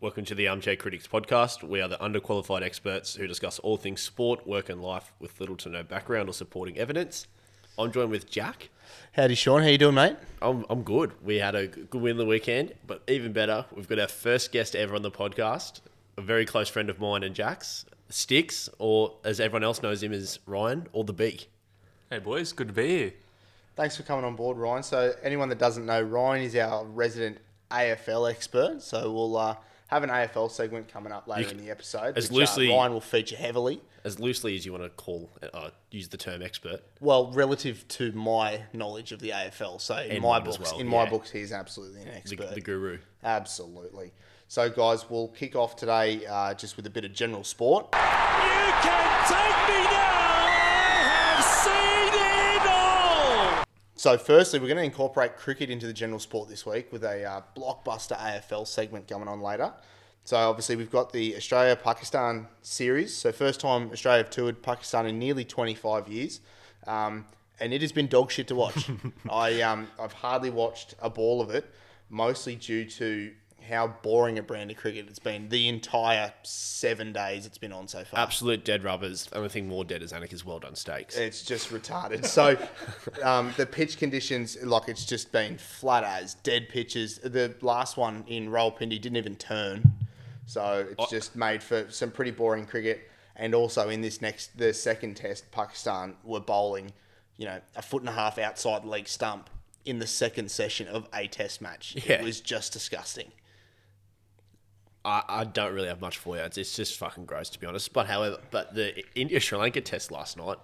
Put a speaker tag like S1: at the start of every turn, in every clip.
S1: Welcome to the Armchair Critics Podcast. We are the underqualified experts who discuss all things sport, work, and life with little to no background or supporting evidence. I'm joined with Jack.
S2: Howdy, Sean. How you doing, mate?
S1: I'm, I'm good. We had a good win the weekend, but even better, we've got our first guest ever on the podcast, a very close friend of mine and Jack's, Sticks, or as everyone else knows him as Ryan or the Beak.
S3: Hey boys, good to be here.
S2: Thanks for coming on board, Ryan. So, anyone that doesn't know, Ryan is our resident AFL expert. So, we'll uh, have an AFL segment coming up later in the episode.
S1: as
S2: which, uh,
S1: loosely-
S2: Ryan will feature heavily.
S1: As loosely as you want to call, uh, use the term expert.
S2: Well, relative to my knowledge of the AFL. So, in my
S1: mine as
S2: books,
S1: well,
S2: in my
S1: yeah.
S2: books, he's absolutely an
S1: The,
S2: expert.
S1: the guru.
S2: Absolutely. So, guys, we'll kick off today uh, just with a bit of general sport.
S4: You can take me now. I have seen it all.
S2: So, firstly, we're going to incorporate cricket into the general sport this week with a uh, blockbuster AFL segment coming on later. So, obviously, we've got the Australia Pakistan series. So, first time Australia have toured Pakistan in nearly 25 years. Um, and it has been dog shit to watch. I, um, I've hardly watched a ball of it, mostly due to how boring a brand of cricket it's been the entire seven days it's been on so far.
S1: Absolute dead rubbers. The only thing more dead is Annika's well done steaks.
S2: It's just retarded. So, um, the pitch conditions, like it's just been flat as dead pitches. The last one in Rawalpindi didn't even turn, so
S1: Oh.
S2: it's just made for some pretty boring cricket. And also in this next, the second test, Pakistan were bowling, you know, a foot and a half outside leg stump in the second session of a test match.
S1: Yeah.
S2: It was just disgusting.
S1: I, I don't really have much for you. It's, it's just fucking gross, to be honest. But however, but the India Sri Lanka test last night,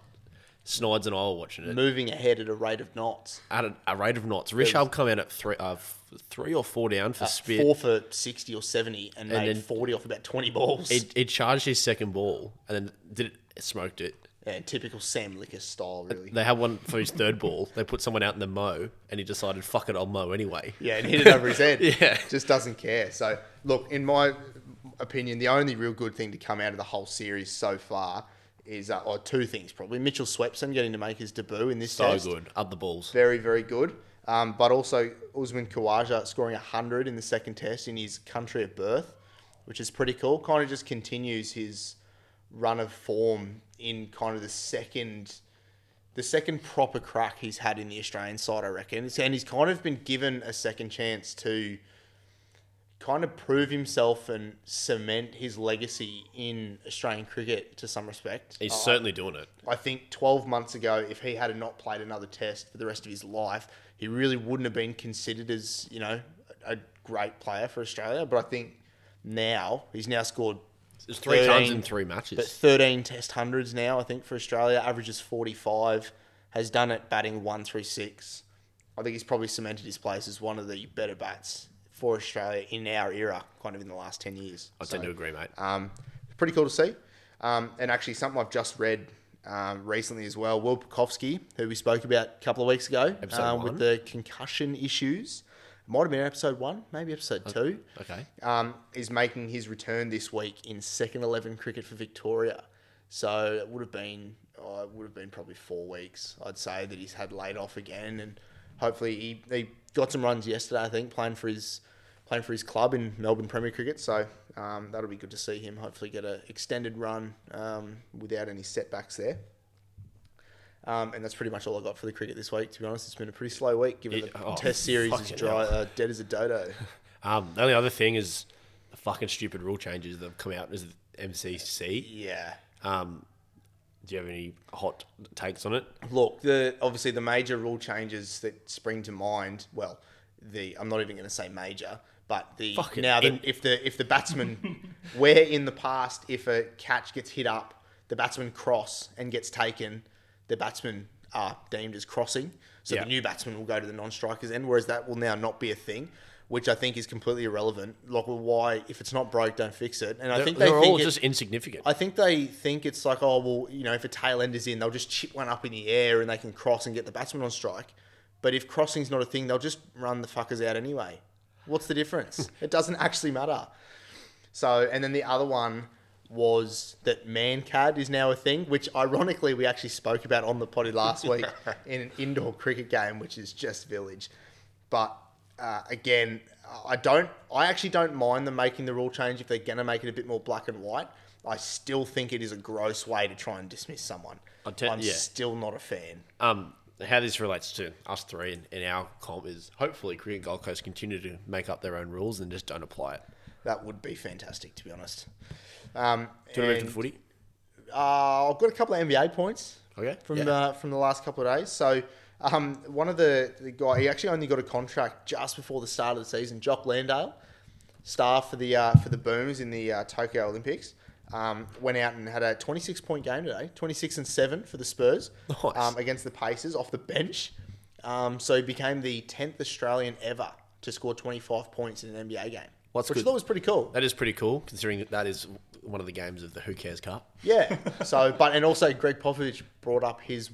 S1: Snides and I were watching it
S2: Moving ahead at a rate of knots,
S1: at a, a rate of knots. Rishabh come out at three, uh, f- three or Uh, four down for spin.
S2: four for sixty or seventy, and, made
S1: then-
S2: forty off about twenty balls.
S1: It, it charged his second ball and then did it, it smoked it.
S2: Yeah, typical Sam Licker style, really.
S1: They had one for his third ball. They put someone out in the mow, and he decided, "Fuck it, I'll mow anyway."
S2: Yeah, and hit it over his head.
S1: Yeah.
S2: Just doesn't care. So, look, in my opinion, the only real good thing to come out of the whole series so far is, uh, or two things probably. Mitchell Swepson getting to make his debut in this
S1: So
S2: test.
S1: good. Up the balls.
S2: Very, very good. Um, but also, Usman Khawaja scoring 100 in the second test in his country of birth, which is pretty cool. Kind of just continues his run of form in kind of the second the second proper crack he's had in the Australian side, I reckon. And he's kind of been given a second chance to kind of prove himself and cement his legacy in Australian cricket to some respect.
S1: He's certainly doing it.
S2: I think 12 months ago, if he had not played another test for the rest of his life, he really wouldn't have been considered as, you know, a a great player for Australia. But I think now, he's now scored
S1: It's three times
S2: 13
S1: in three matches.
S2: but 13 test hundreds now, I think, for Australia. Averages 45. Has done it batting 136. I think he's probably cemented his place as one of the better bats for Australia in our era, kind of in the last 10 years.
S1: I tend to agree, mate.
S2: Um, pretty cool to see. Um, and actually, something I've just read um, recently as well. Will Pukowski, who we spoke about a couple of weeks ago,
S1: Episode
S2: uh,
S1: one?
S2: with the concussion issues, might have been episode one, maybe episode
S1: Uh,
S2: two.
S1: okay.
S2: Um, is making his return this week in second eleven cricket for Victoria. So it would have been, oh, it would have been probably four weeks, I'd say, that he's had laid off again, and hopefully he, he got some runs yesterday. I think playing for his playing for his club in Melbourne Premier Cricket. So um, that'll be good to see him hopefully get a extended run um, without any setbacks there. Um, and that's pretty much all I got for the cricket this week. To be honest, it's been a pretty slow week given
S1: It-
S2: the
S1: oh,
S2: Test series is
S1: fucking
S2: dry, uh, dead as a dodo.
S1: Um, the only other thing is the fucking stupid rule changes that have come out as the MCC.
S2: yeah.
S1: Um, do you have any hot takes on it?
S2: Look, the obviously the major rule changes that spring to mind. Well, the I'm not even going to say major, but the
S1: Fuck it,
S2: now that
S1: in-
S2: if the if the batsman, where in the past if a catch gets hit up, the batsman cross and gets taken, the batsmen are deemed as crossing. So
S1: Yeah.
S2: the new batsman will go to the non-strikers end, whereas that will now not be a thing. Which I think is completely irrelevant. Like, well, why if it's not broke, don't fix it. And I
S1: They're,
S2: think they
S1: they're
S2: think
S1: all
S2: it-
S1: just insignificant.
S2: I think they think it's like, oh, well, you know, if a tail ender's in, they'll just chip one up in the air and they can cross and get the batsman on strike. But if crossing's not a thing, they'll just run the fuckers out anyway. What's the difference? it doesn't actually matter. So, and then the other one was that Mancad is now a thing, which ironically we actually spoke about on the potty last week in an indoor cricket game, which is just village. But uh, again, I don't. I actually don't mind them making the rule change if they're gonna make it a bit more black and white. I still think it is a gross way to try and dismiss someone.
S1: I'll tell-
S2: I'm
S1: yeah.
S2: still not a fan.
S1: Um, how this relates to us three in, in our comp is hopefully Cricket and Gold Coast continue to make up their own rules and just don't apply it.
S2: That would be fantastic, to be honest. Um,
S1: Do you want to move to
S2: and-
S1: the footy?
S2: Uh, I've got a couple of NBA points.
S1: Okay,
S2: From
S1: yeah.
S2: the from the last couple of days. So um, one of the, the guy he actually only got a contract just before the start of the season. Jock Landale, star for the uh, for the Boomers in the uh, Tokyo Olympics, um, went out and had a 26 point game today. 26 and seven for the Spurs
S1: Nice.
S2: um, against the Pacers off the bench. Um, so he became the 10th Australian ever to score 25 points in an NBA game.
S1: Well, that's
S2: which I
S1: good.
S2: thought was pretty cool.
S1: That is pretty cool, considering that that is one of the games of the Who Cares Cup.
S2: Yeah. So, but and also Greg Popovich brought up his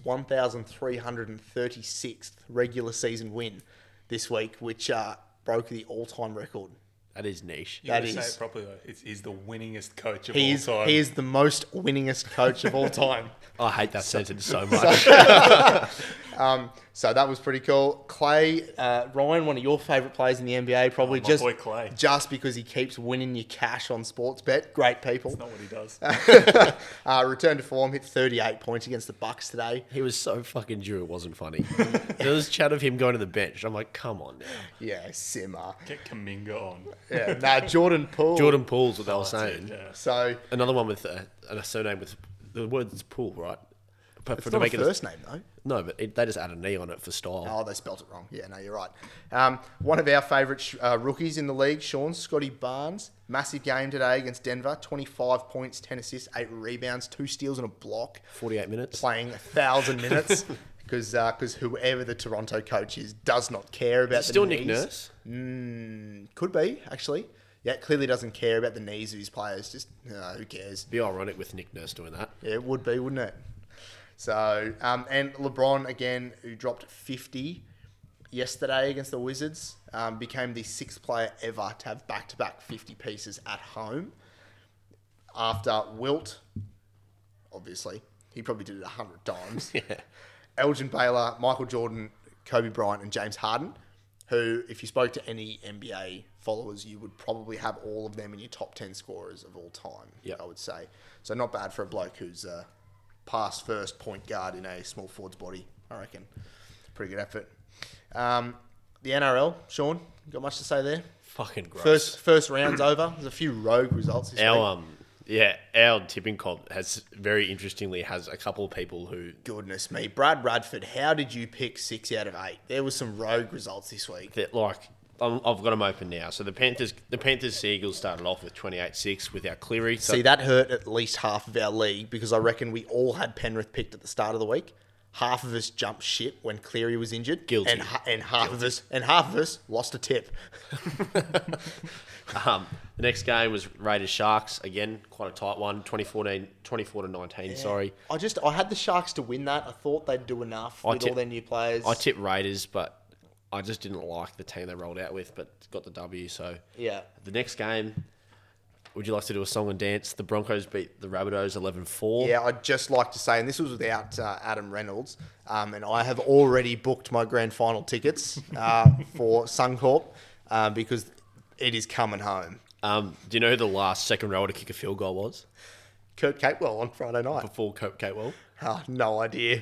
S2: 1,336th regular season win this week, which uh, broke the all-time record.
S1: That is niche.
S3: You
S2: That
S3: gotta
S2: is-
S3: say it properly though. It's, he's the winningest coach of
S2: He
S3: all
S2: is,
S3: time.
S2: he is the most winningest coach of all time.
S1: I hate that sentence so much.
S2: So that was pretty cool. Clay uh, Ryan, one of your favourite players in the NBA, probably
S3: Oh, my
S2: just
S3: boy Clay.
S2: just because he keeps winning you cash on sports bet. Great people.
S3: That's not what he does.
S2: Uh, return to form, hit 38 points against the Bucks today.
S1: he was so fucking due, it wasn't funny. there was chat of him going to the bench. I'm like, come on now.
S2: Yeah, simmer.
S3: Get Kaminga on.
S2: Yeah, nah, Jordan Poole. Oh,
S1: Jordan Poole's what they were
S3: That's it,
S1: saying.
S3: yeah.
S2: So
S1: Another one with a, a surname with the word's Poole, right? But
S2: it's not a first name though.
S1: no, but it, they just add an E on it for style.
S2: Oh, they spelt it wrong. Yeah, no, you're right. Um, one of our favourite sh- uh, rookies in the league, Sean Scotty Barnes, massive game today against Denver. 25 points, 10 assists, 8 rebounds, 2 steals and a block,
S1: 48 minutes.
S2: playing 1,000 minutes. Because whoever the Toronto coach is does not care about the
S1: Still Nick
S2: knees.
S1: Nurse.
S2: Could be, actually. Yeah, clearly doesn't care about the knees of his players. Just, uh, who cares?
S1: Be ironic with Nick Nurse doing that.
S2: Yeah, it would be, wouldn't it? So, um, and LeBron again, who dropped 50 yesterday against the Wizards, um, became the sixth player ever to have back-to-back 50 pieces at home. After Wilt, obviously, he probably did it a hundred times. Elgin Baylor, Michael Jordan, Kobe Bryant, and James Harden, who, if you spoke to any NBA followers, you would probably have all of them in your top 10 scorers of all time,
S1: Yep.
S2: I would say. So, not bad for a bloke who's a pass first point guard in a small forward's body, I reckon. Pretty good effort. Um, the NRL, Sean, you got much to say there?
S1: Fucking gross.
S2: First, first round's over. There's a few rogue results this
S1: our
S2: week.
S1: um, yeah, our tipping comp has very interestingly has a couple of people who
S2: Goodness me, Brad Radford, how did you pick six out of eight? There was some rogue results this week.
S1: that like I'm, I've got them open now. So the Panthers, the Panthers Seagulls started off with 28-6 with our Cleary. So
S2: See, that hurt at least half of our league because I reckon we all had Penrith picked at the start of the week. Half of us jumped ship when Cleary was injured,
S1: Guilty.
S2: and ha- and half of us and half of us lost a tip.
S1: um, the next game was Raiders Sharks again, quite a tight one, 2014, 24 to 19. Sorry,
S2: I just I had the Sharks to win that. I thought they'd do enough with
S1: tip-
S2: all their new players.
S1: I tipped Raiders, but I just didn't like the team they rolled out with, but got the W. So
S2: yeah,
S1: the next game. Would you like to do a song and dance? The Broncos beat the Rabbitohs 11-4.
S2: yeah. I'd just like to say, and this was without uh, Adam Reynolds, um, and I have already booked my grand final tickets uh, for Suncorp uh, because it is coming home.
S1: Um, do you know who the last second rower to kick a field goal was
S2: Kurt Capewell on Friday night.
S1: before Cope Catewell?
S2: Oh, no idea.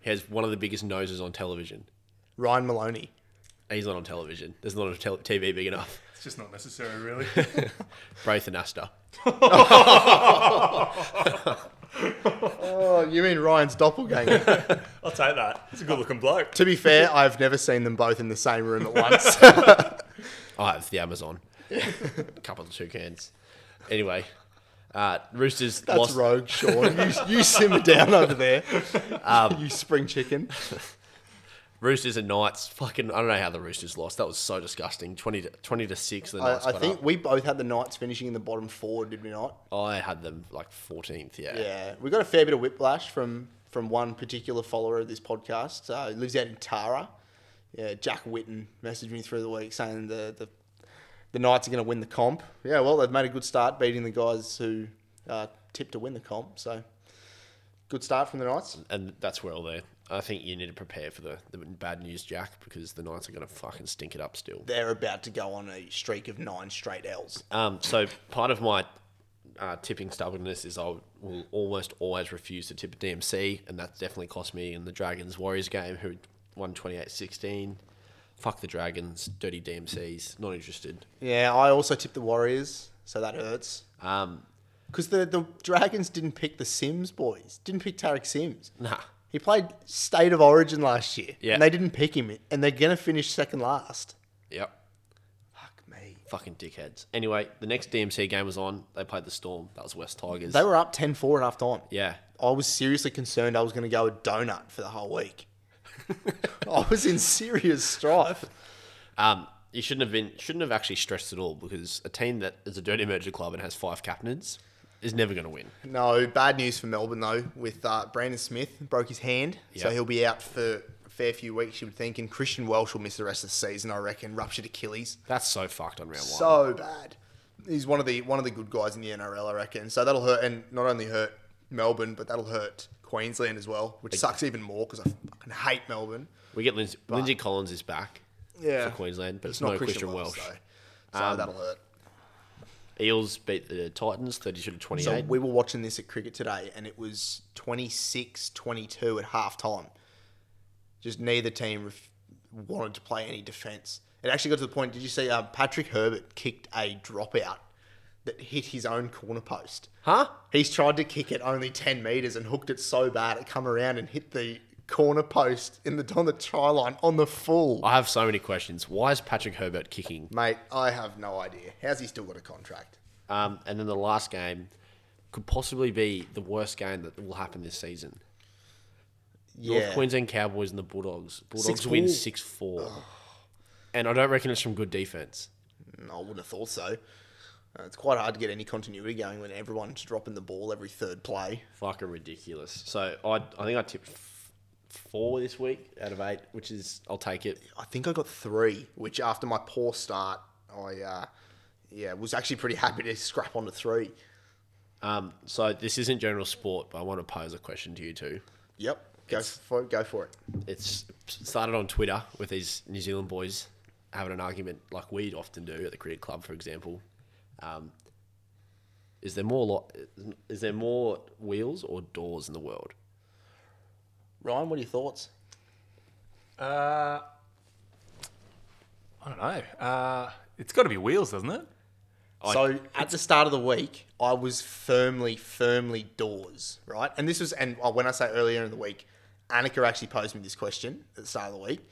S1: He has one of the biggest noses on television.
S2: Ryan Maloney.
S1: And He's not on television. There's not a tel- TV big enough.
S3: It's just not necessary, really.
S1: Braith and Asta.
S2: Oh, you mean Ryan's doppelganger?
S3: I'll take that. It's a good-looking bloke.
S2: to be fair, I've never seen them both in the same room at once.
S1: I have the Amazon. a couple of two cans. Anyway, uh, Roosters
S2: That's
S1: lost.
S2: rogue, Sean. You, you simmer down over there. you spring chicken.
S1: Roosters and Knights. Fucking, I don't know how the Roosters lost. That was so disgusting. 20 to, 20 to 6. The
S2: I,
S1: Knights
S2: I
S1: got
S2: think we both had the Knights finishing in the bottom four, did we not?
S1: up. I had them like 14th, yeah.
S2: Yeah, we got a fair bit of whiplash from from one particular follower of this podcast. Uh, he lives out in Tara. Yeah, Jack Whitten messaged me through the week saying the the, the Knights are going to win the comp. Yeah, well they've made a good start beating the guys who uh, tipped to win the comp. So Good start from the Knights.
S1: and that's where all the. I think you need to prepare for the, the bad news, Jack, because the Knights are going to fucking stink it up still.
S2: They're about to go on a streak of nine straight L's.
S1: Um, so part of my uh, tipping stubbornness is I will almost always refuse to tip a DMC, and that's definitely cost me in the Dragons Warriors game, who won 28-16. Fuck the Dragons, dirty DMCs, not interested.
S2: Yeah, I also tipped the Warriors, so that hurts.
S1: Um,
S2: Because the, the Dragons didn't pick the Sims boys, didn't pick Tarek Sims.
S1: nah,
S2: He played State of Origin last year,
S1: Yeah.
S2: and they didn't pick him, and they're going to finish second last.
S1: yep,
S2: Fuck me.
S1: fucking dickheads. Anyway, the next DMC game was on. They played the Storm. That was West Tigers.
S2: They were up 10 4 at half time.
S1: yeah,
S2: I was seriously concerned I was going to go a donut for the whole week. I was in serious strife.
S1: Um, you shouldn't have been shouldn't have actually stressed at all because a team that is a dirty merger club and has five captains is never going to win.
S2: No, bad news for Melbourne though. With uh, Brandon Smith broke his hand, so
S1: Yep.
S2: he'll be out for a fair few weeks. You would think, and Christian Welsh will miss the rest of the season. I reckon ruptured Achilles.
S1: That's so fucked on round one.
S2: So bad. He's one of the one of the good guys in the NRL, I reckon. So that'll hurt, and not only hurt Melbourne, but that'll hurt Queensland as well, which sucks even more because I fucking hate Melbourne.
S1: We get Lindsay, Lindsay Collins is back
S2: Yeah.
S1: for Queensland, but it's, no Christian, Welsh. Um,
S2: though. So that'll hurt.
S1: Eels beat the Titans thirty-two to
S2: So
S1: twenty-eight.
S2: we were watching this at cricket today, and it was 26-22 at half time. Just neither team ref- wanted to play any defence. It actually got to the point. Did you see uh, Patrick Herbert kicked a dropout that hit his own corner post?
S1: Huh?
S2: He's tried to kick it only ten meters and hooked it so bad it come around and hit the corner post in the on the try line on the full.
S1: I have so many questions. Why is Patrick Herbert kicking?
S2: Mate, I have no idea. How's he still got a contract?
S1: Um, and then the last game could possibly be the worst game that will happen this season. North Queensland Cowboys and the Bulldogs. Bulldogs win 6 4. And I don't reckon it's from good defense.
S2: I wouldn't have thought so. Uh, it's quite hard to get any continuity going when everyone's dropping the ball every third play.
S1: Fucking ridiculous. So I, I think I tipped f- four this week out of eight, which is, I'll take it.
S2: I think I got three, which after my poor start, I uh, yeah was actually pretty happy to scrap onto three.
S1: Um, so this isn't general sport, but I want to pose a question to you two.
S2: Yep, go for go for it.
S1: It's started on Twitter with these New Zealand boys having an argument like we often do at the cricket club, for example. Um, is there more lot? Is there more wheels or doors in the world?
S2: Ryan, what are your thoughts?
S3: Uh, I don't know. Uh, it's got to be wheels, doesn't it?
S2: so at the start of the week, I was firmly, firmly doors, right? And this was, and uh, when I say earlier in the week, Annika actually posed me this question at the start of the week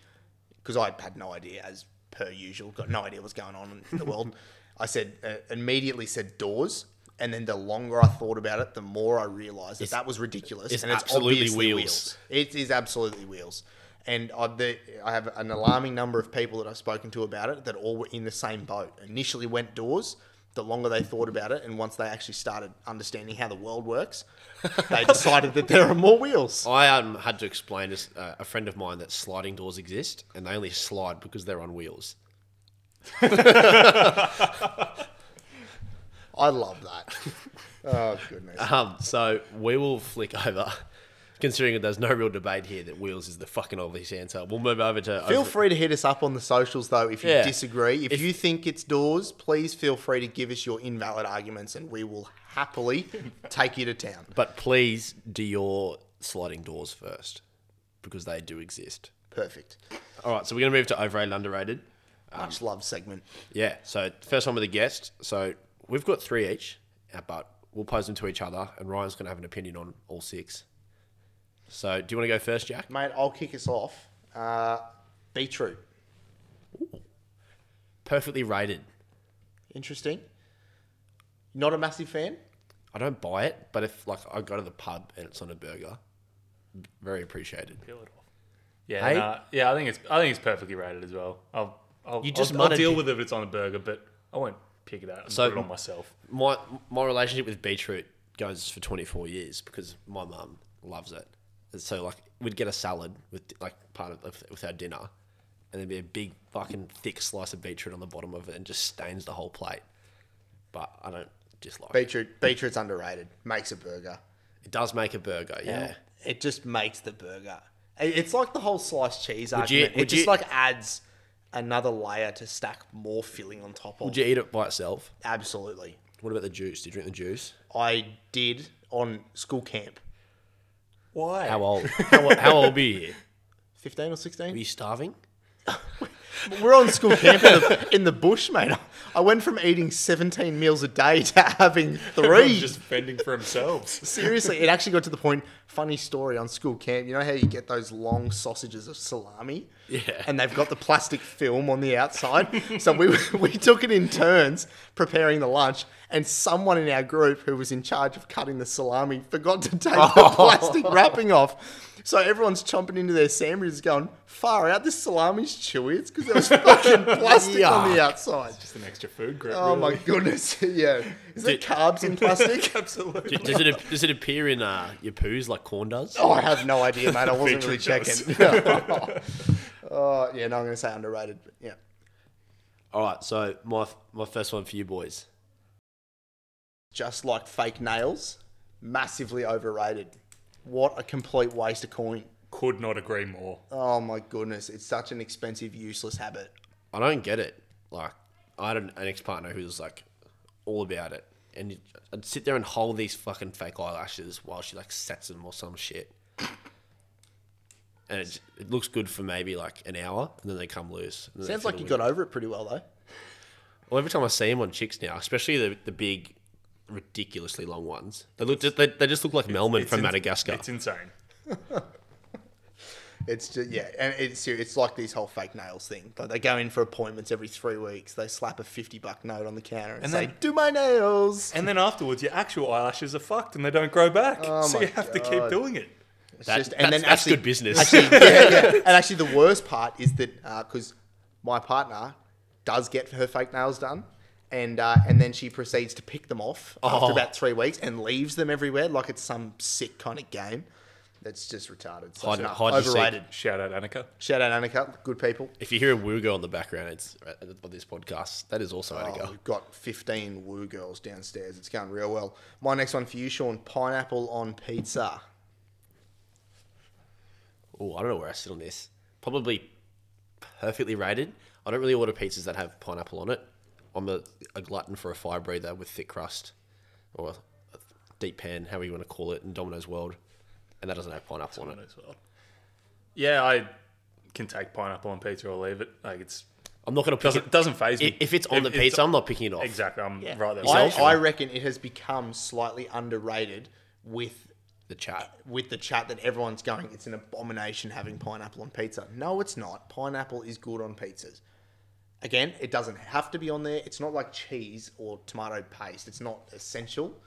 S2: because I had no idea, as per usual, got no idea what's going on in the world. I said, uh, immediately said doors. And then the longer I thought about it, the more I realised that that was ridiculous.
S1: it's
S2: and it's
S1: absolutely
S2: obviously
S1: wheels.
S2: It is absolutely wheels. And I, the, I have an alarming number of people that I've spoken to about it that all were in the same boat. Initially went doors. The longer they thought about it, and once they actually started understanding how the world works, they decided that there are more wheels.
S1: I um, had to explain to s- uh, a friend of mine that sliding doors exist, and they only slide because they're on wheels.
S2: I love that. Oh goodness!
S1: Um, so we will flick over, considering that there's no real debate here that wheels is the fucking obvious answer. We'll move over to
S2: Feel
S1: over-
S2: free to hit us up on the socials though if you
S1: Yeah.
S2: disagree. If, you think it's doors, please feel free to give us your invalid arguments, and we will happily take you to town.
S1: but please do your sliding doors first because they do exist.
S2: Perfect.
S1: All right, so we're gonna move to overrated, underrated. Um,
S2: Much love segment.
S1: Yeah. So first one with a guest. So we've got three each, uh, but we'll pose them to each other, and Ryan's gonna have an opinion on all six. So do you want to go first, Jack?
S2: Mate, I'll kick us off. Uh, be true.
S1: Perfectly rated.
S2: Interesting. Not a massive fan.
S1: I don't buy it, but if like I go to the pub and it's on a burger, very appreciated.
S3: Yeah,
S1: Hey?
S3: nah, yeah. I think it's I think it's perfectly rated as well. I'll I'll,
S1: You just
S3: I'll, I'll
S1: muttered
S3: deal
S1: it.
S3: with it if it's on a burger, but I won't pick it out and
S1: So-
S3: put it on myself.
S1: My my relationship with beetroot goes for 24 years because my mum loves it. And so like we'd get a salad with like part of with our dinner, and there'd be a big fucking thick slice of beetroot on the bottom of it and just stains the whole plate. But I don't just like it.
S2: Beetroot. Beetroot's underrated. Makes a burger.
S1: It does make a burger, yeah.
S2: It just makes the burger. It- It's like the whole sliced cheese
S1: you-
S2: argument. it
S1: would
S2: just
S1: you-
S2: like adds another layer to stack more filling on top of.
S1: Would you eat it by itself?
S2: Absolutely.
S1: What about the juice? Did you drink the juice?
S2: I did on school camp.
S3: Why?
S1: How old? how, how old were you?
S2: 15 or
S1: Were
S2: 16?
S1: you starving?
S2: We're on school camp in the, in the bush, mate. I went from eating 17 meals a day to having three.
S3: Everyone's just fending for themselves.
S2: Seriously, it actually got to the point. Funny story on school camp. You know how you get those long sausages of salami?
S1: Yeah.
S2: And they've got the plastic film on the outside. so we, we took it in turns preparing the lunch, and someone in our group who was in charge of cutting the salami forgot to take the plastic wrapping off. So everyone's chomping into their sandwiches, going, "Far out! This salami's chewy. It's because there was fucking plastic on the outside."
S3: Just an extra food group.
S2: Oh my
S3: really.
S2: goodness! yeah, is there
S1: Did-
S2: carbs in plastic?
S3: Absolutely.
S1: D- Does it does it appear in uh, your poos like corn does?
S2: Oh, I have no idea, mate. I wasn't really
S3: Feature
S2: checking. oh, yeah, no, I'm going to say underrated. But yeah.
S1: All right, so my my first one for you boys.
S2: Just like fake nails, massively overrated. What a complete waste of coin.
S3: Could not agree more.
S2: Oh, my goodness. It's such an expensive, useless habit.
S1: I don't get it. Like, I had an, an ex partner who was like all about it, and you- I'd sit there and hold these fucking fake eyelashes while she like sets them or some shit, and it, j- it looks good for maybe like an hour, and then they come loose. and then they
S2: Sounds
S1: feel
S2: like you
S1: weird.
S2: got over it pretty well, though.
S1: Well, every time I see them on chicks now, especially the the big, ridiculously long ones, they look they, they just look like Melman
S3: It's
S1: from
S3: in-
S1: Madagascar.
S3: It's insane.
S2: It's just, yeah. And it's, ser- it's like these whole fake nails thing. Like they go in for appointments every three weeks. They slap a 50 buck note on the counter and,
S3: And
S2: say,
S3: then-
S2: do my nails.
S3: And then afterwards, your actual eyelashes are fucked and they don't grow back. so
S1: Oh
S2: my
S3: you have to keep doing it.
S2: It's
S1: That-
S2: just-
S1: that's, that's good business.
S2: yeah, yeah. And actually, the worst part is that because my partner does get her fake nails done, and uh, and then she proceeds to pick them off after
S1: Oh.
S2: about three weeks and leaves them everywhere like it's some sick kind of game. That's just retarded. So
S1: Hide-
S2: no,
S1: hide the seat.
S2: overrated.
S3: Shout out, Annika.
S2: Shout out Annika, good people.
S1: if you hear a woo girl in the background, it's uh, on this podcast. That is also
S2: Oh,
S1: Annika.
S2: we've got 15 woo girls downstairs. It's going real well. My next one for you, Sean: pineapple on pizza.
S1: Oh, I don't know where I sit on this. Probably perfectly rated. I don't really order pizzas that have pineapple on it. I'm a, a glutton for a fire breather with thick crust or a deep pan, however you want to call it, in Domino's World. And that doesn't have pineapple on it.
S3: Yeah, I can take pineapple on pizza or leave it. Like it's
S1: I'm not going to pick
S3: doesn't
S1: it.
S3: doesn't phase me.
S1: If, if it's on the
S3: If
S1: pizza, I'm not picking it off.
S3: exactly. I'm right there.
S2: I,
S1: Yourself?
S2: I reckon it has become slightly underrated with
S1: The chat.
S2: with the chat that everyone's going, it's an abomination having pineapple on pizza. No, it's not. Pineapple is good on pizzas. Again, it doesn't have to be on there. It's not like cheese or tomato paste. It's not essential.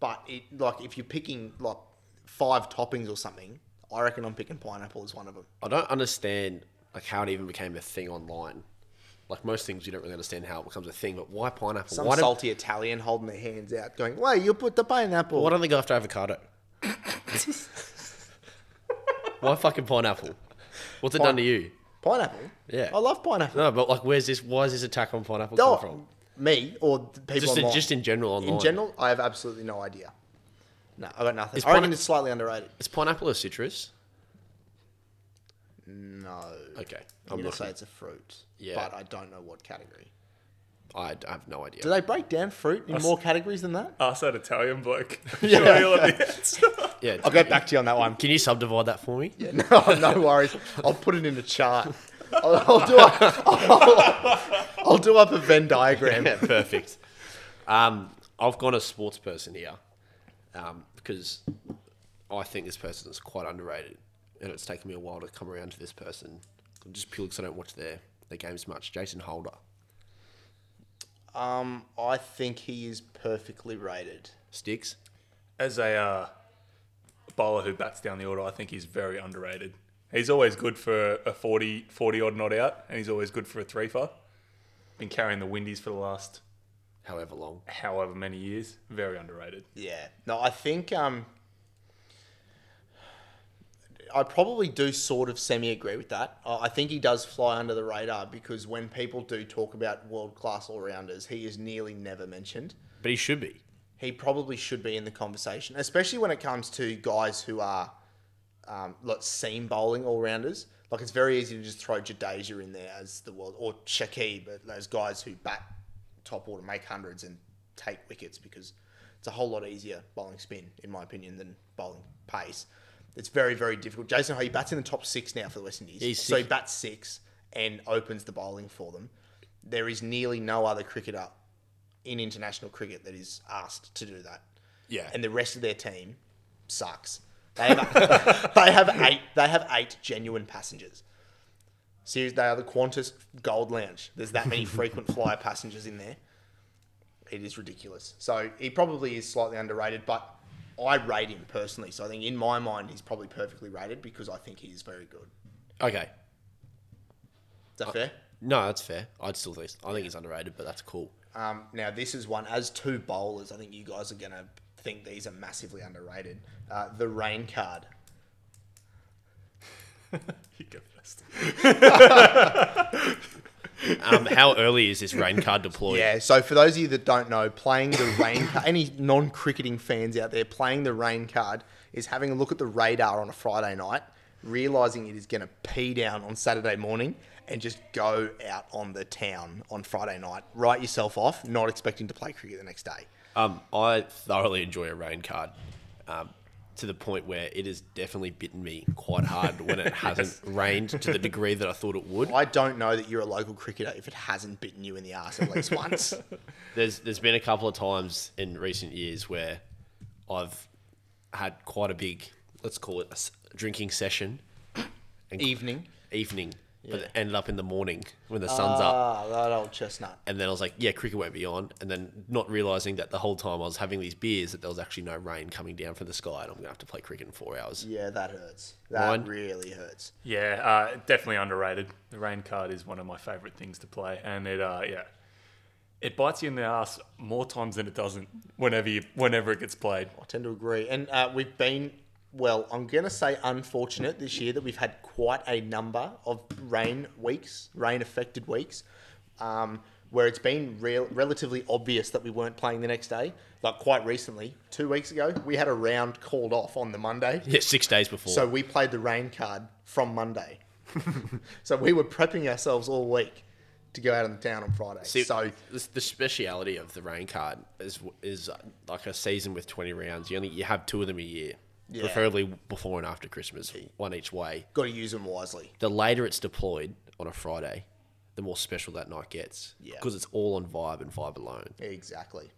S2: But it like if you're picking like five toppings or something, I reckon I'm picking pineapple as one of them.
S1: I don't understand like how it even became a thing online. Like most things, you don't really understand how it becomes a thing. But why pineapple?
S2: Some
S1: why don't,
S2: salty Italian holding their hands out, going, "Wait, you put the pineapple."
S1: why don't they go after avocado? why fucking pineapple? What's it done to you?
S2: Pineapple.
S1: Yeah.
S2: I love pineapple.
S1: No, but like, where's this? Why is this attack on pineapple
S2: Oh,
S1: come from?
S2: me or the people
S1: Just in,
S2: online.
S1: just in general online.
S2: in general, I have absolutely no idea. No, I got nothing.
S1: Is
S2: I reckon
S1: pine-
S2: it's slightly underrated.
S1: is pineapple a citrus?
S2: No,
S1: Okay,
S2: I'm
S1: I'm
S2: gonna
S1: not.
S2: say it's a fruit.
S1: Yeah.
S2: but I don't know what category.
S1: I d- I have no idea.
S2: Do they break down fruit in more categories than that?
S3: Ask that Italian bloke.
S2: Yeah.
S3: Surely on the outside.
S1: yeah,
S2: I'll get back to you on that one.
S1: Can you subdivide that for me?
S2: Yeah, no, no worries. I'll put it in a chart. I'll, I'll do up. I'll, I'll do up a Venn diagram.
S1: Yeah, perfect. Um, I've gone a sports person here um, because I think this person is quite underrated, and it's taken me a while to come around to this person, just purely because I don't watch their their games much. Jason Holder,
S2: Um, I think he is perfectly rated.
S1: sticks.
S3: As a uh, bowler who bats down the order, I think he's very underrated. He's always good for a 40, 40 odd not out, and he's always good for a three for. Been carrying the Windies for the last
S1: However long,
S3: however many years. Very underrated.
S2: Yeah. No, I think um, I probably do sort of semi agree with that. I I think he does fly under the radar because when people do talk about world class all rounders, he is nearly never mentioned.
S1: but he should be.
S2: he probably should be in the conversation, especially when it comes to guys who are um, like seam bowling all rounders. Like it's very easy to just throw Jadeja in there as the world or Shakib, but those guys who bat top order, make hundreds, and take wickets because it's a whole lot easier bowling spin, in my opinion, than bowling pace. It's very, very difficult. Jason Ho, he bats in the top six now for the West Indies.
S1: He's
S2: so he
S1: six-
S2: bats six and opens the bowling for them. There is nearly no other cricketer in international cricket that is asked to do that.
S1: Yeah.
S2: And the rest of their team sucks. They have, they have eight. They have eight genuine passengers. Serious, they are the Qantas Gold Lounge. There's that many frequent flyer passengers in there. It is ridiculous. So he probably is slightly underrated, but I rate him personally. So I think in my mind he's probably perfectly rated because I think he is very good.
S1: Okay.
S2: Is that fair?
S1: No, that's fair. I'd still think I think he's underrated, but that's cool.
S2: Um, now, this is one as two bowlers. I think you guys are going to think these are massively underrated. Uh, the rain card.
S3: You go first.
S1: Um, how early is this rain card deployed?
S2: Yeah. So for those of you that don't know, playing the rain card, any non-cricketing fans out there, playing the rain card is having a look at the radar on a Friday night, realizing it is going to pee down on Saturday morning, and just go out on the town on Friday night, write yourself off, not expecting to play cricket the next day.
S1: Um, I thoroughly enjoy a rain card, um, to the point where it has definitely bitten me quite hard when it hasn't rained to the degree that I thought it would.
S2: I don't know that you're a local cricketer if it hasn't bitten you in the ass at least once.
S1: There's there's been a couple of times in recent years where I've had quite a big, let's call it a s- drinking session, and
S2: Evening.
S1: evening, but it ended up in the morning when the sun's up.
S2: Ah, that old chestnut.
S1: And then I was like, yeah, cricket won't be on. And then not realizing that the whole time I was having these beers, that there was actually no rain coming down from the sky, and I'm gonna have to play cricket in four hours.
S2: Yeah, that hurts. That
S1: Mine-
S2: really hurts.
S3: Yeah, uh, definitely underrated. The rain card is one of my favourite things to play, and it uh, yeah, it bites you in the ass more times than it doesn't. Whenever you, whenever it gets played,
S2: I tend to agree. And uh, we've been, well, I'm going to say unfortunate this year that we've had quite a number of rain weeks, rain affected weeks, um, where it's been rel relatively obvious that we weren't playing the next day. Like quite recently, two weeks ago, we had a round called off on the Monday.
S1: Yeah, six days before.
S2: So we played the rain card from Monday. so we were prepping ourselves all week to go out on the town on Friday.
S1: See,
S2: so
S1: the, the speciality of the rain card is is uh, like a season with twenty rounds. You only you have two of them a year,
S2: Yeah.
S1: preferably before and after Christmas, one each way.
S2: got to use them wisely.
S1: The later it's deployed on a Friday, the more special that night gets.
S2: Yeah.
S1: because it's all on vibe and vibe alone.
S2: Exactly.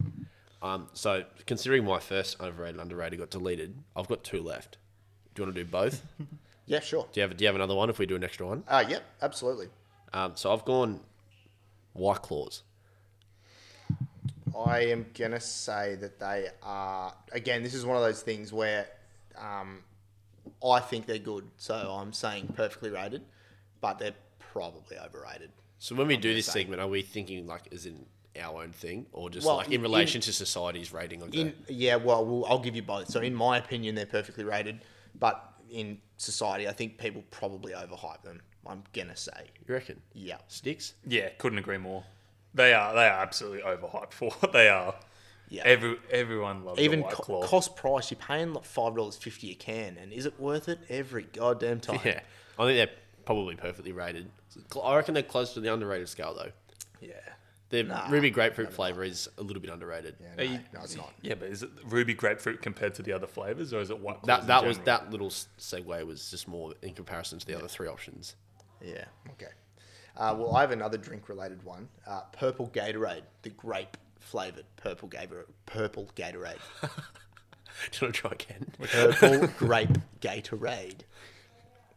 S1: Um, so considering my first overrated underrated got deleted, I've got two left. Do you want to do both? do
S2: Yeah, sure.
S1: you have Do you have another one? If we do an extra one,
S2: Uh, yep, absolutely.
S1: um, so I've gone white claws.
S2: I am gonna say that they are again. This is one of those things where um, I think they're good, so I'm saying perfectly rated, but they're probably overrated.
S1: So when we do this segment, are we thinking like as in our own thing, or just
S2: Well,
S1: like
S2: in-
S1: in relation to society's rating of
S2: In
S1: the
S2: yeah, well, well, I'll give you both. So in my opinion, they're perfectly rated, but in society, I think people probably overhype them. I'm gonna say,
S1: You reckon?
S2: yeah,
S1: Sticks?
S3: yeah, couldn't agree more. They are they are absolutely overhyped for what they are.
S2: yeah.
S3: Every everyone loves
S2: even
S3: a white
S2: co-
S3: claw.
S2: cost price, you're paying like five dollars fifty a can, and is it worth it every goddamn time?
S1: Yeah. I think they're probably perfectly rated. I reckon they're close to the underrated scale though.
S2: yeah.
S1: The ruby grapefruit flavour is a little bit underrated.
S2: No,
S3: you-
S2: no, it's not.
S3: yeah, but is it ruby grapefruit compared to the other flavors, or is it white? Claws
S1: That
S3: in
S1: that was
S3: general?
S1: that little s- segue was just more in comparison to the other three options.
S2: Yeah. Okay. Uh, well, I have another drink-related one. Uh, purple Gatorade, the grape-flavored purple Gatorade. Purple Gatorade.
S1: Do you want to try again?
S2: Purple grape Gatorade.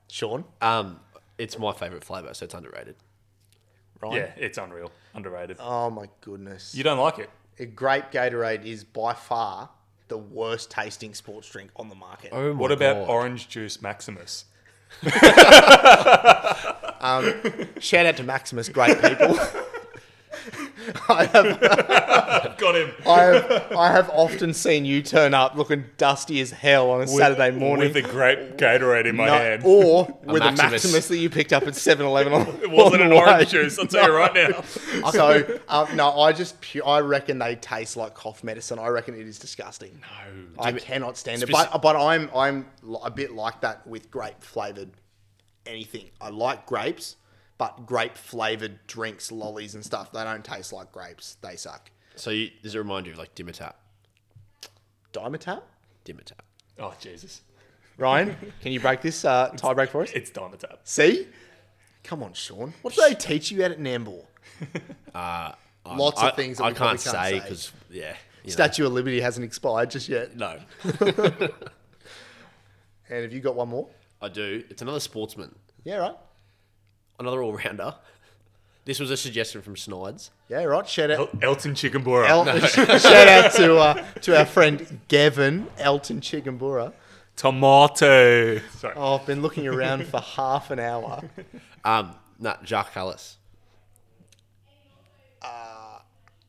S2: Sean,
S3: Uh,
S1: Um, it's my favourite flavour, so it's underrated.
S2: Ryan.
S3: Yeah, it's unreal, underrated.
S2: Oh my goodness.
S3: you don't like it?
S2: A grape Gatorade is by far the worst tasting sports drink on the market.
S1: Oh
S3: What about orange juice Maximus?
S2: Shout out to Maximus, great people. I have,
S3: Got him.
S2: I have, I have often seen you turn up looking dusty as hell on a Saturday Oh, morning.
S3: With a grape Gatorade in my
S2: No, Oh
S3: hand.
S2: or with a
S1: Maximus.
S2: Maximus that you picked up at 7 Eleven.
S3: It wasn't an orange juice, I'll tell you right now.
S2: So, um, no, I just, pu- I reckon they taste like cough medicine. I reckon it is disgusting. No. I cannot stand it. But, but I'm, I'm li- a bit like that with grape flavored anything. I like grapes, but grape flavored drinks, lollies, and stuff, they don't taste like grapes. They suck.
S1: So you, does it remind you of like Dimmertap?
S2: Dimetap?
S1: Dimmertap.
S3: Oh, Jesus.
S2: Ryan, can you break this uh, tie break for us?
S3: It's Dimetap.
S2: See? Come on, Sean. What do they teach you out at Nambour? Lots of
S1: Uh, I-
S2: things that
S1: I
S2: we
S1: can't,
S2: probably
S1: say because yeah, you know.
S2: Statue of Liberty hasn't expired just yet.
S1: no,
S2: And have you got one more?
S1: I do. It's another sportsman,
S2: Yeah, right.
S1: another all rounder. This was a suggestion from Snides.
S2: Yeah, right. Shout out.
S3: El- Elton Chikambura.
S2: El- shout out to uh, to our friend Gavin Elton Chigambura.
S3: Tomato. Sorry.
S2: Oh, I've been looking around for half an hour.
S1: Um, nah, Jacques Callis.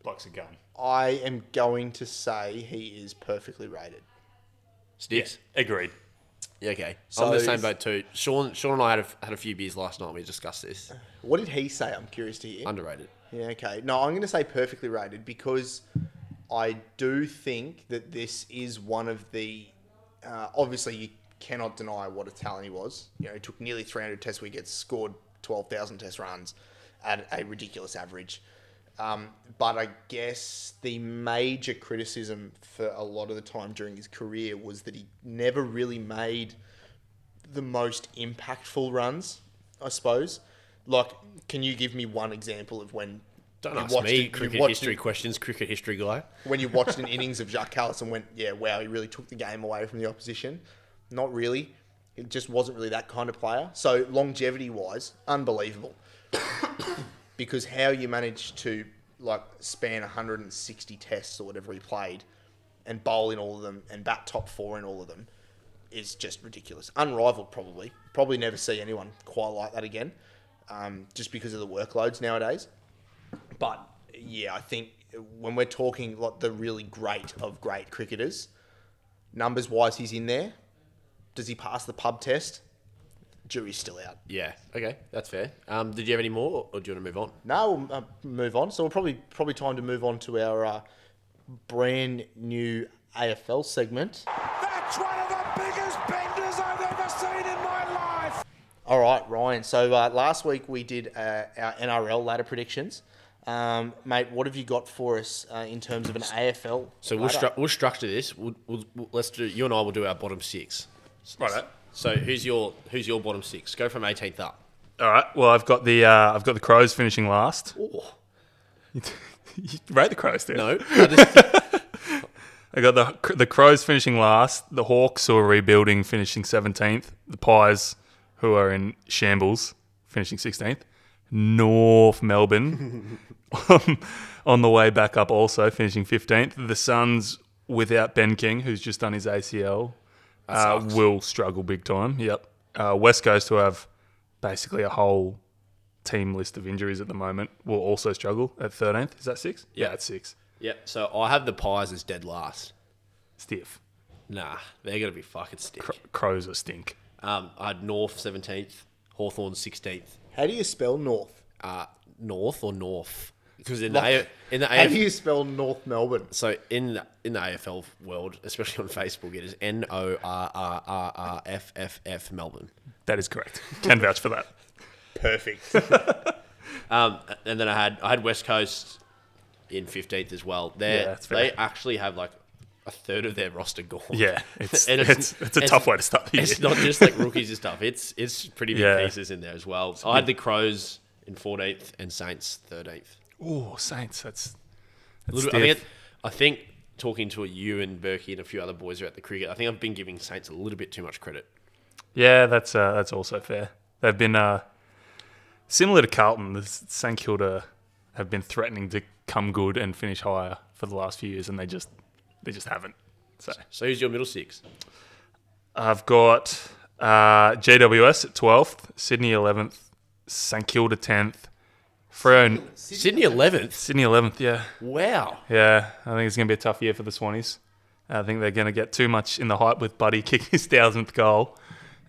S3: Blocks a gun.
S2: I am going to say he is perfectly rated.
S1: Sticks.
S3: Agreed.
S1: Yeah, okay.
S2: So
S1: I'm in the same
S2: is-
S1: boat too. Sean, Sean and I had a, had a few beers last night. and We discussed this.
S2: What did he say? I'm curious to hear.
S1: Underrated.
S2: Yeah, okay. No, I'm going to say perfectly rated because I do think that this is one of the. Uh, obviously, you cannot deny what a talent he was. You know, he took nearly 300 test wickets, scored 12,000 test runs at a ridiculous average. Um, but I guess the major criticism for a lot of the time during his career was that he never really made the most impactful runs, I suppose. Like, can you give me one example of when
S1: Don't
S2: you
S1: ask
S2: watched it-
S1: me
S2: you
S1: cricket
S2: watched
S1: history
S2: it-
S1: questions, cricket history guy.
S2: when you watched an innings of Jacques Callis and went, yeah, wow, he really took the game away from the opposition? Not really. It just wasn't really that kind of player. So longevity wise, unbelievable. because how you managed to like span 160 tests or whatever he played and bowl in all of them and bat top four in all of them is just ridiculous. Unrivaled, probably. Probably never see anyone quite like that again, um, just because of the workloads nowadays. But yeah, I think when we're talking like the really great of great cricketers, numbers wise, he's in there. Does he pass the pub test? Jury's still out.
S1: Yeah. Okay, that's fair. Um, did you have any more, or do you want to move on?
S2: No, we'll uh, move on. So we're probably probably time to move on to our uh, brand new AFL segment.
S4: That's one of the biggest benders I've ever seen in my life.
S2: All right, Ryan. So uh, last week we did uh, our NRL ladder predictions. Um, mate, what have you got for us uh, in terms of an AFL?
S1: So we'll,
S2: ladder?
S1: stru- we'll structure this. We'll, we'll, we'll- let's do. You and I will do our bottom six.
S3: Right.
S1: So who's your who's your bottom six? Go from 18th up.
S3: All right. Well, I've got the uh, I've got the Crows finishing last.
S1: Oh,
S3: You Rate the Crows, dude.
S1: no, I just-
S3: I got the the Crows finishing last, the Hawks who are rebuilding finishing seventeenth, the Pies who are in shambles finishing sixteenth, North Melbourne um, on the way back up also finishing fifteenth, the Suns without Ben King who's just done his ACL uh,
S1: sucks.
S3: will struggle big time. Yep, uh, West Coast who have basically a whole team list of injuries at the moment will also struggle at thirteenth. Is that six? Yeah, it's six.
S1: yeah. So I have the Pies as dead last.
S3: Stiff.
S1: Nah, they're gonna be fucking stick.
S3: Cro- Crows are stink.
S1: Um, I had North 17th, Hawthorn 16th.
S2: How do you spell North?
S1: Uh, North or North? Because in
S2: Like,
S1: the A- in the
S2: How
S1: AFL,
S2: do you spell North Melbourne?
S1: so in the, in the AFL world, especially on Facebook, it is N O R R R R F F F Melbourne.
S3: That is correct. Can vouch for that.
S2: Perfect.
S1: Um, and then I had I had West Coast in 15th as well. They
S3: Yeah,
S1: are
S3: that's fair.
S1: they actually have like a third of their roster gone.
S3: Yeah, it's
S1: And
S3: it's, it's, a tough way to start the year.
S1: It's not just like rookies and stuff. It's it's pretty big
S3: Yeah.
S1: pieces in there as well. I had the Crows in 14th and Saints 13th.
S3: Ooh, Saints. That's,
S1: A
S3: that's
S1: little, I think
S3: stiff.
S1: it- I think talking to you and Berkey and a few other boys about the cricket, I think I've been giving Saints a little bit too much credit.
S3: yeah, that's uh, that's also fair. They've been uh, similar to Carlton. The S- St Kilda have been threatening to come good and finish higher for the last few years, and they just they just haven't. So
S1: So who's your middle six?
S3: I've got uh, GWS at twelfth, Sydney eleventh, St Kilda tenth, Freo,
S1: Sydney 11th.
S3: Sydney 11th, yeah.
S1: Wow.
S3: Yeah, I think it's going to be a tough year for the Swannies. I think they're going to get too much in the hype with Buddy kicking his thousandth goal,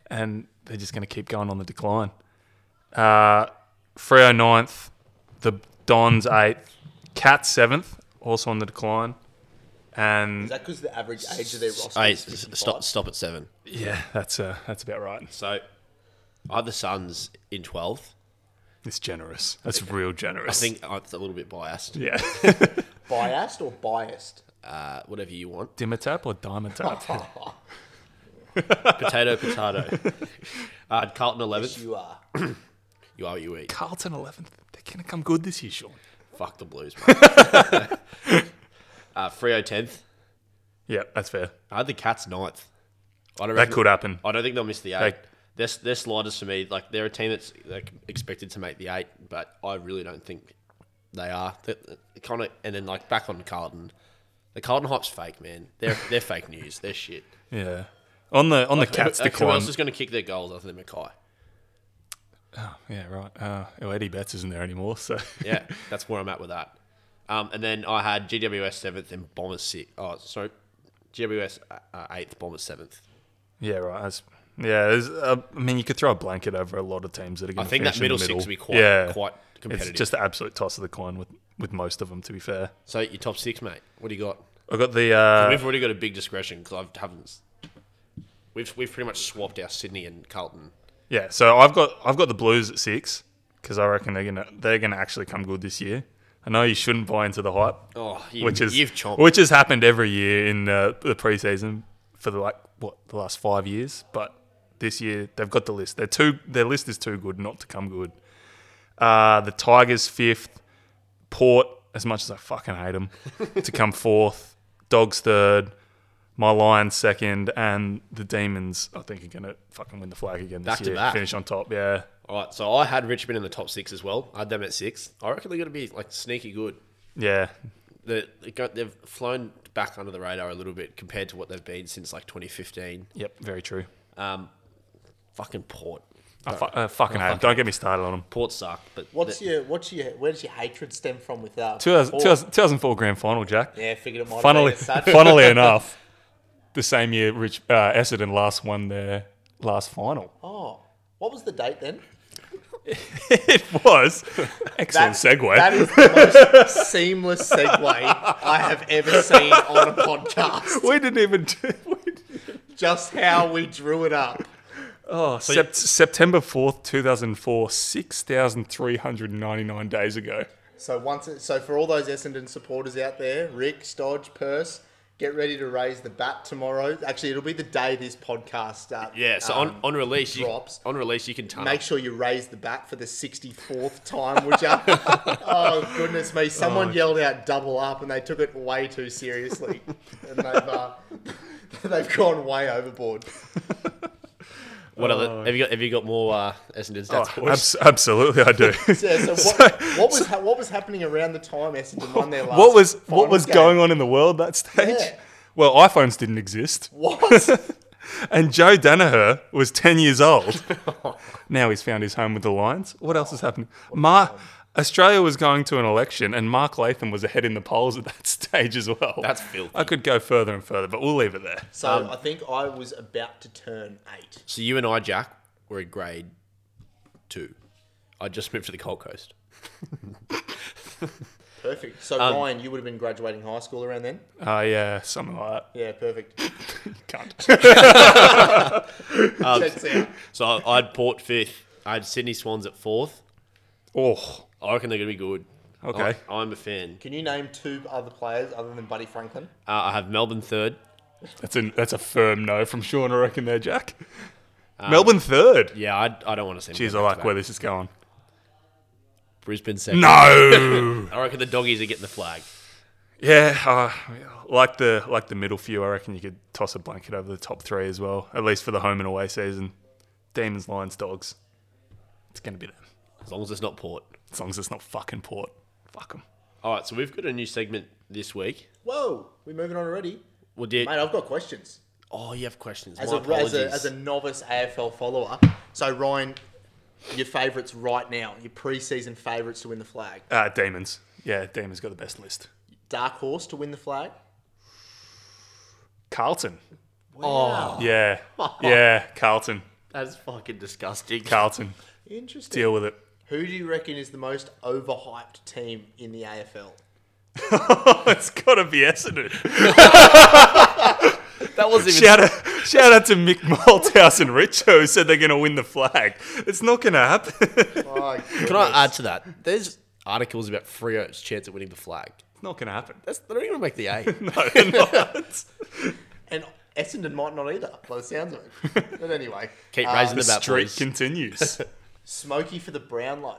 S3: and they're just going to keep going on the decline. Uh, Freo ninth, the Dons eighth, Cat seventh, also on the decline,
S5: Is
S3: and
S5: that because the average age of their roster
S1: Hey,
S5: is
S1: s-
S5: 55?
S1: stop, stop at seven.
S3: yeah, that's uh, that's about right.
S1: So I have the Suns in 12th.
S3: It's generous. That's real
S1: I
S3: generous.
S1: think I'm a little bit biased.
S3: yeah,
S5: Biased or biased?
S1: Uh, whatever you want.
S3: dimmer tap or diamond
S1: Oh,
S3: tap.
S1: Potato, potato. Uh, Carlton 11th.
S5: You are.
S1: You are what you eat.
S3: Carlton eleventh. They're going to come good this year, Sean.
S1: Fuck the Blues, mate. uh, Frio 10th.
S3: Yeah, that's fair.
S1: I had the Cats 9th. I don't
S3: That
S1: reckon-
S3: could happen.
S1: I don't think they'll miss the eight.
S3: Like-
S1: they're, they're sliders for me. Like they're a team that's like, expected to make the eight, but I really don't think they are. Kind of, and then like back on Carlton, the Carlton hype's fake, man. They're they're fake news. They're shit.
S3: Yeah. On the on the Cats
S1: Oh, Who- like, Who
S3: decline.
S1: else is going to kick their goals other than Mackay?
S3: Yeah, right. Uh, well, Eddie Betts isn't there anymore, so
S1: Yeah, that's where I'm at with that. Um, and then I had GWS seventh and Bombers sixth. Oh, sorry, GWS uh, eighth, Bombers seventh.
S3: yeah, right. That's, yeah, there's, uh, I mean, you could throw a blanket over a lot of teams that are going
S1: I
S3: to
S1: think that middle
S3: in the
S1: six
S3: middle.
S1: will be quite
S3: yeah,
S1: quite
S3: It's
S1: competitive.
S3: just the absolute toss of the coin with with most of them. To be fair,
S1: so your top six, mate. What do you got?
S3: I got the uh,
S1: We've already got a big discretion because I haven't. We've we've pretty much swapped our Sydney and Carlton.
S3: yeah. So I've got I've got the Blues at six because I reckon they're gonna they're gonna actually come good this year. I know you shouldn't buy into the hype,
S1: Oh, you,
S3: which is
S1: you've chomped.
S3: which has happened every year in the, the preseason for the like what the last five years, but this year they've got the list. They're too their list is too good not to come good. Uh, the Tigers fifth, Port as much as I fucking hate them to come fourth, Dogs third. My Lions second, and the Demons, I think, are going to fucking win the flag again this
S1: Back to
S3: year.
S1: back.
S3: Finish on top, yeah.
S1: All right, so I had Richmond in the top six as well. I had them at six. I reckon they're going to be like sneaky good.
S3: Yeah,
S1: They're, they go, they've flown back under the radar a little bit compared to what they've been since like 2015.
S3: yep, very true.
S1: Fucking Port.
S3: I, fu- I fucking hate 'em. Don't get me started on them.
S1: Port suck, but
S5: What's
S1: the-
S5: your what's your where does your hatred stem from with that?
S3: 2000,
S5: Or-
S3: 2000 2004 grand final, Jack.
S5: Yeah, figured it might
S3: funnily,
S5: have been as such.
S3: funnily enough, the same year Rich uh, Essendon last won their last final.
S5: Oh, what was the date then?
S3: It was excellent segue.
S2: That is the most seamless segue I have ever seen on a podcast.
S3: we didn't even. Do, we didn't-
S2: Just how we drew it up.
S3: oh, Sep- September fourth, two thousand four, six thousand three hundred ninety nine days ago.
S2: So once, it, so for all those Essendon supporters out there, Rick, Stodge, Purse, get ready to raise the bat tomorrow. Actually, it'll be the day this podcast. Uh,
S1: yeah. So
S2: um,
S1: on on release, you, Oh,
S2: drops.
S1: on release you can turn
S2: Make
S1: up.
S2: sure you raise the bat for the 64th time, which are, oh goodness me, someone yelled out double up and they took it way too seriously. and they've, uh, they've gone way overboard.
S1: What
S2: Oh.
S1: other? Have you got have you got more uh, Essendon stats?
S3: Oh,
S1: boys?
S3: abs- absolutely, I do.
S2: Yeah, so what, what was ha- what was happening around the time Essendon won their last
S3: what was what
S2: finals
S3: was
S2: game?
S3: going on in the world that stage?
S2: Yeah.
S3: Well, iPhones didn't exist.
S2: What?
S3: And Joe Danaher was 10 years old. now he's found his home with the Lions. What else has happened? Mar- Australia was going to an election, and Mark Latham was ahead in the polls at that stage as well.
S1: That's filthy.
S3: I could go further and further, but we'll leave it there.
S5: So
S1: Um,
S5: I think I was about to turn eight.
S1: So you and I, Jack, were in grade two. I just moved to the Gold Coast.
S5: Perfect.
S2: So
S1: Um,
S2: Ryan, you would have been graduating high school around then.
S3: Oh, yeah, something like that.
S2: Yeah, perfect.
S3: Cunt.
S1: Um,
S2: Checks out.
S1: So I, I'd Port fifth. I had Sydney Swans at fourth.
S3: oh,
S1: I reckon they're going to be good.
S3: Okay.
S1: I, am a fan.
S2: Can you name two other players other than Buddy Franklin?
S1: Uh, I have Melbourne third.
S3: that's a, that's a firm no from Sean, I reckon, there, Jack. Melbourne third.
S1: Um, Yeah, I, I don't want to see.
S3: Jeez, I
S1: them
S3: like
S1: back-to-back.
S3: where this is going.
S1: Brisbane second.
S3: No!
S1: I reckon the doggies are getting the flag.
S3: Yeah, uh, like the like the middle few, I reckon you could toss a blanket over the top three as well, at least for the home and away season. Demons, Lions, Dogs. It's going to be them,
S1: As long as it's not Port.
S3: as long as it's not fucking Port. Fuck them.
S1: All right, so we've got a new segment this week.
S2: Whoa, we're moving on already.
S1: Well, did
S2: Mate, I've got questions.
S1: oh you have questions?
S2: As
S1: My
S2: a, as,
S1: apologies.
S2: a, as a novice AFL follower, so Ryan, your favourites right now, your preseason favourites to win the flag.
S3: Uh, Demons. Yeah, Demons got the best list.
S2: Dark horse to win the flag.
S3: Carlton.
S2: Wow.
S3: Yeah. Yeah, Carlton.
S1: That's fucking disgusting.
S3: Carlton.
S2: Interesting.
S3: Deal with it.
S2: Who do you reckon is the most overhyped team in the AFL?
S3: Oh, it's got to be Essendon.
S1: That wasn't even.
S3: Shout out, shout out to Mick Malthouse and Richo who said they're going to win the flag. It's not going to happen. it's
S2: Oh,
S1: Can I add to that? There's articles about Frio's chance at winning the flag.
S3: not going to happen.
S1: That's, they don't even make the A.
S3: No, they're not.
S2: and Essendon might not either, by the sounds of it. But anyway,
S1: Keep raising
S3: the
S1: Uh, the bat,
S3: streak
S1: boys.
S3: continues.
S2: Smoky for the Brownlow.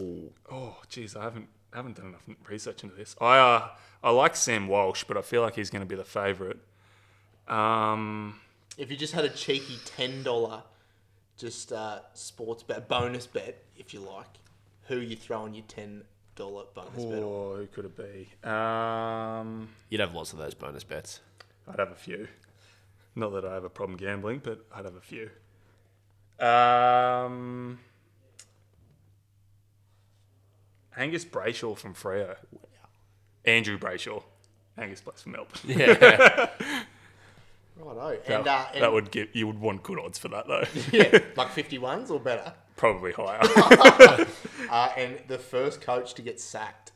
S3: oh, jeez, I haven't haven't done enough research into this. I uh, I like Sam Walsh, but I feel like he's going to be the favourite. Um,
S2: If you just had a cheeky ten dollar, just uh, sports bet bonus bet, if you like, who you throwing your ten dollar bonus bet? On?
S3: oh, who could it be? Um,
S1: You'd have lots of those bonus bets.
S3: I'd have a few. Not that I have a problem gambling, but I'd have a few. Um, Angus Brayshaw from Freo. Andrew Brayshaw. Angus plays for Melbourne.
S2: Righto, and, uh, and
S3: that would give you would want good odds for that though.
S2: yeah, like fifty ones or better.
S3: Probably higher.
S2: Uh, and the first coach to get sacked.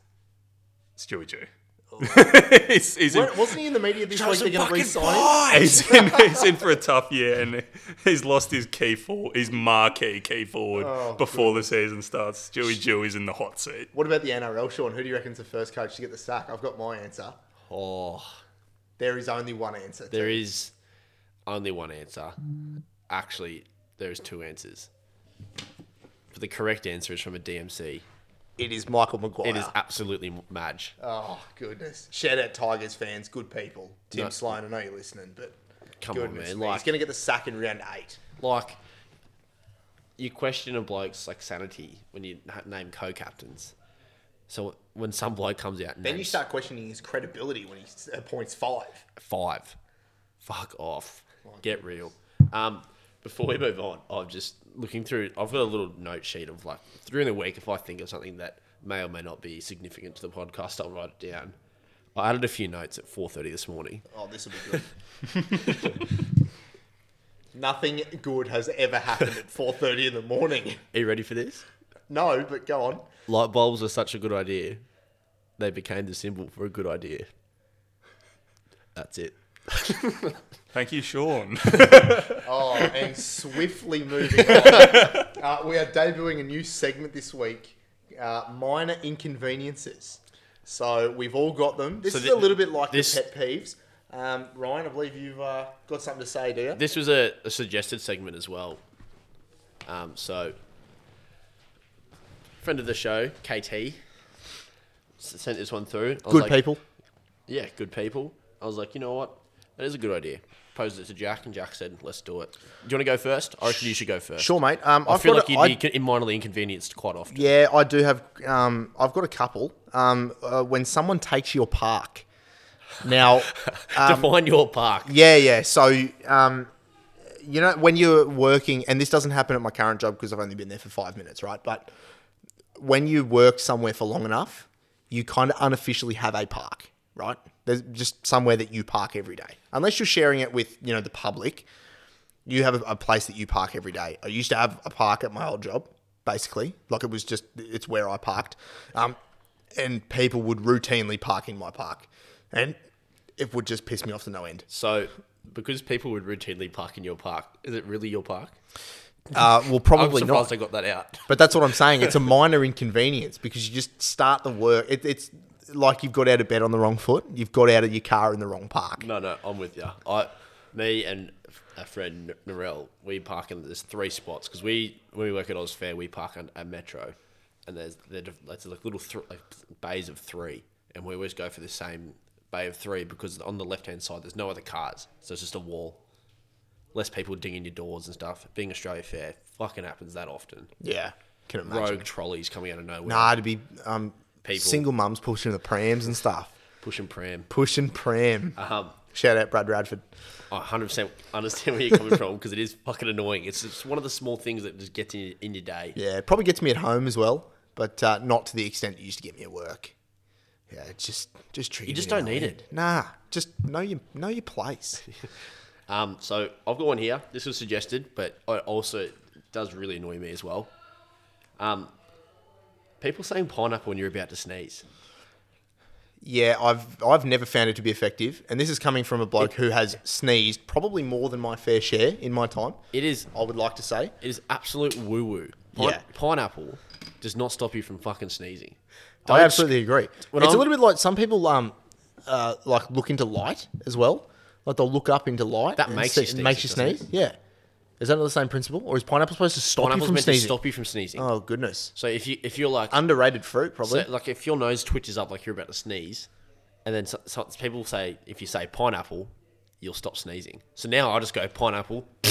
S3: Stewie Jew.
S2: Oh.
S3: he's, he's in,
S2: Wa- Wasn't he in the media this week? They're going to re-sign him.
S3: he's, in, he's in for a tough year and he's lost his key for his marquee key forward
S2: Oh,
S3: before the season starts. Stewie Jew is in the hot seat.
S2: What about the NRL, Sean? Who do you reckon's the first coach to get the sack? I've got my answer.
S1: Oh,
S2: There is only one answer.
S1: there is only one answer. Actually, there is two answers. But the correct answer is from a DMC.
S2: It is Michael Maguire.
S1: It is absolutely Madge.
S2: Oh goodness! Shout out Tigers fans, good people. Tim
S1: No.
S2: Sloan, I know you're listening, but
S1: Come
S2: goodness,
S1: on,
S2: me,
S1: man.
S2: he's
S1: Like,
S2: going to get the sack in round eight.
S1: like you question a bloke's like sanity when you ha- name co-captains. So when some bloke comes out and
S2: Then you
S1: names
S2: start questioning his credibility when he s- appoints five.
S1: five, fuck off, get real. Um, before we move on, I'm just looking through. I've got a little note sheet of like during the week if I think of something that may or may not be significant to the podcast, I'll write it down. I added a few notes at 4:30 this morning.
S2: Oh, this will be good. Nothing good has ever happened at four thirty in the morning.
S1: Are you ready for this?
S2: No, but go on.
S1: Light bulbs are such a good idea. They became the symbol for a good idea. That's it.
S3: Thank you, Sean.
S2: Oh, and swiftly moving on. Uh, we are debuting a new segment this week uh, minor inconveniences. So we've all got them. This
S1: So
S2: is
S1: thi-
S2: a little bit like
S1: this-
S2: the pet peeves. Um, Ryan, I believe you've uh, got something to say, do you?
S1: This was a, a suggested segment as well. Um, so, friend of the show, KT, s- sent this one through. I was like- Yeah, good people. I was like, you know what? That is a good idea. Posed it to Jack, and Jack said, let's do it. Do you want to go first? I reckon you should go first.
S2: Sure, mate. Um,
S1: I
S2: I've
S1: feel like
S2: got a-
S1: you'd
S2: I-
S1: be con- in minorly inconvenienced quite often.
S2: Yeah, I do have. Um, I've got a couple. Um, uh, when someone takes your park. Now,
S1: Define your park.
S2: Um, Yeah, yeah. So, um, you know, when you're working, and this doesn't happen at my current job because I've only been there for five minutes, right? But when you work somewhere for long enough, you kind of unofficially have a park, right? There's just somewhere that you park every day, unless you're sharing it with you know the public. You have a, a place that you park every day. I used to have a park at my old job, basically, like it was just it's where I parked, um, and people would routinely park in my park, and it would just piss me off to no end.
S1: So, because people would routinely park in your park, is it really your park?
S2: Uh, well,
S1: I'm
S2: probably
S1: surprised
S2: not.
S1: I got that out.
S2: But that's what I'm saying. It's a minor inconvenience because you just start the work. It, it's like you've got out of bed on the wrong foot. You've got out of your car in the wrong park.
S1: No, no, I'm with you. I, me and a friend Narelle, we park in there's three spots because we when we work at Oz Fair, we park in a metro, and there's they're diff- it's like little thr like bays of three, and we always go for the same bay of three because on the left hand side there's no other cars, so it's just a wall. Less people dinging your doors and stuff. Being Australia Fair fucking happens that often.
S2: Yeah, can imagine.
S1: Rogue trolleys coming out of nowhere,
S2: Nah, to be um,
S1: People.
S2: single mums pushing the prams and stuff,
S1: pushing pram.
S2: pushing pram.
S1: Um,
S2: Shout out Brad Radford.
S1: I 100% understand where you're coming from because it is fucking annoying. It's just one of the small things that just gets in your, in your day.
S2: Yeah, it probably gets me at home as well, but uh, not to the extent it used to get me at work. Yeah, it just just triggers.
S1: You just
S2: me in
S1: don't
S2: my
S1: need
S2: head.
S1: it.
S2: Nah, just know your know your place.
S1: Um, so I've got one here. This was suggested, but it also does really annoy me as well. Um, people saying pineapple when you're about to sneeze.
S2: yeah, I've I've never found it to be effective, and this is coming from a bloke who has sneezed probably more than my fair share in my time.
S1: It is
S2: I would like to say.
S1: it is absolute woo woo. Pine-
S2: Yeah.
S1: Pineapple does not stop you from fucking sneezing.
S2: I absolutely agree.
S1: when
S2: it's
S1: I'm-
S2: a little bit like some people um uh like look into light as well. Like they'll look up into light.
S1: That
S2: and
S1: makes
S2: see-
S1: you
S2: and
S1: sneeze,
S2: makes you
S1: doesn't it?
S2: sneeze. Yeah. Is that not the same principle, or is pineapple supposed to stop you
S1: Pineapple's
S2: from
S1: meant
S2: sneezing?
S1: to stop you from sneezing.
S2: Oh goodness!
S1: So if you if you're like
S2: Underrated fruit, probably.
S1: so, like if your nose twitches up like you're about to sneeze, and then so, so people say if you say pineapple, you'll stop sneezing. So now I just go pineapple.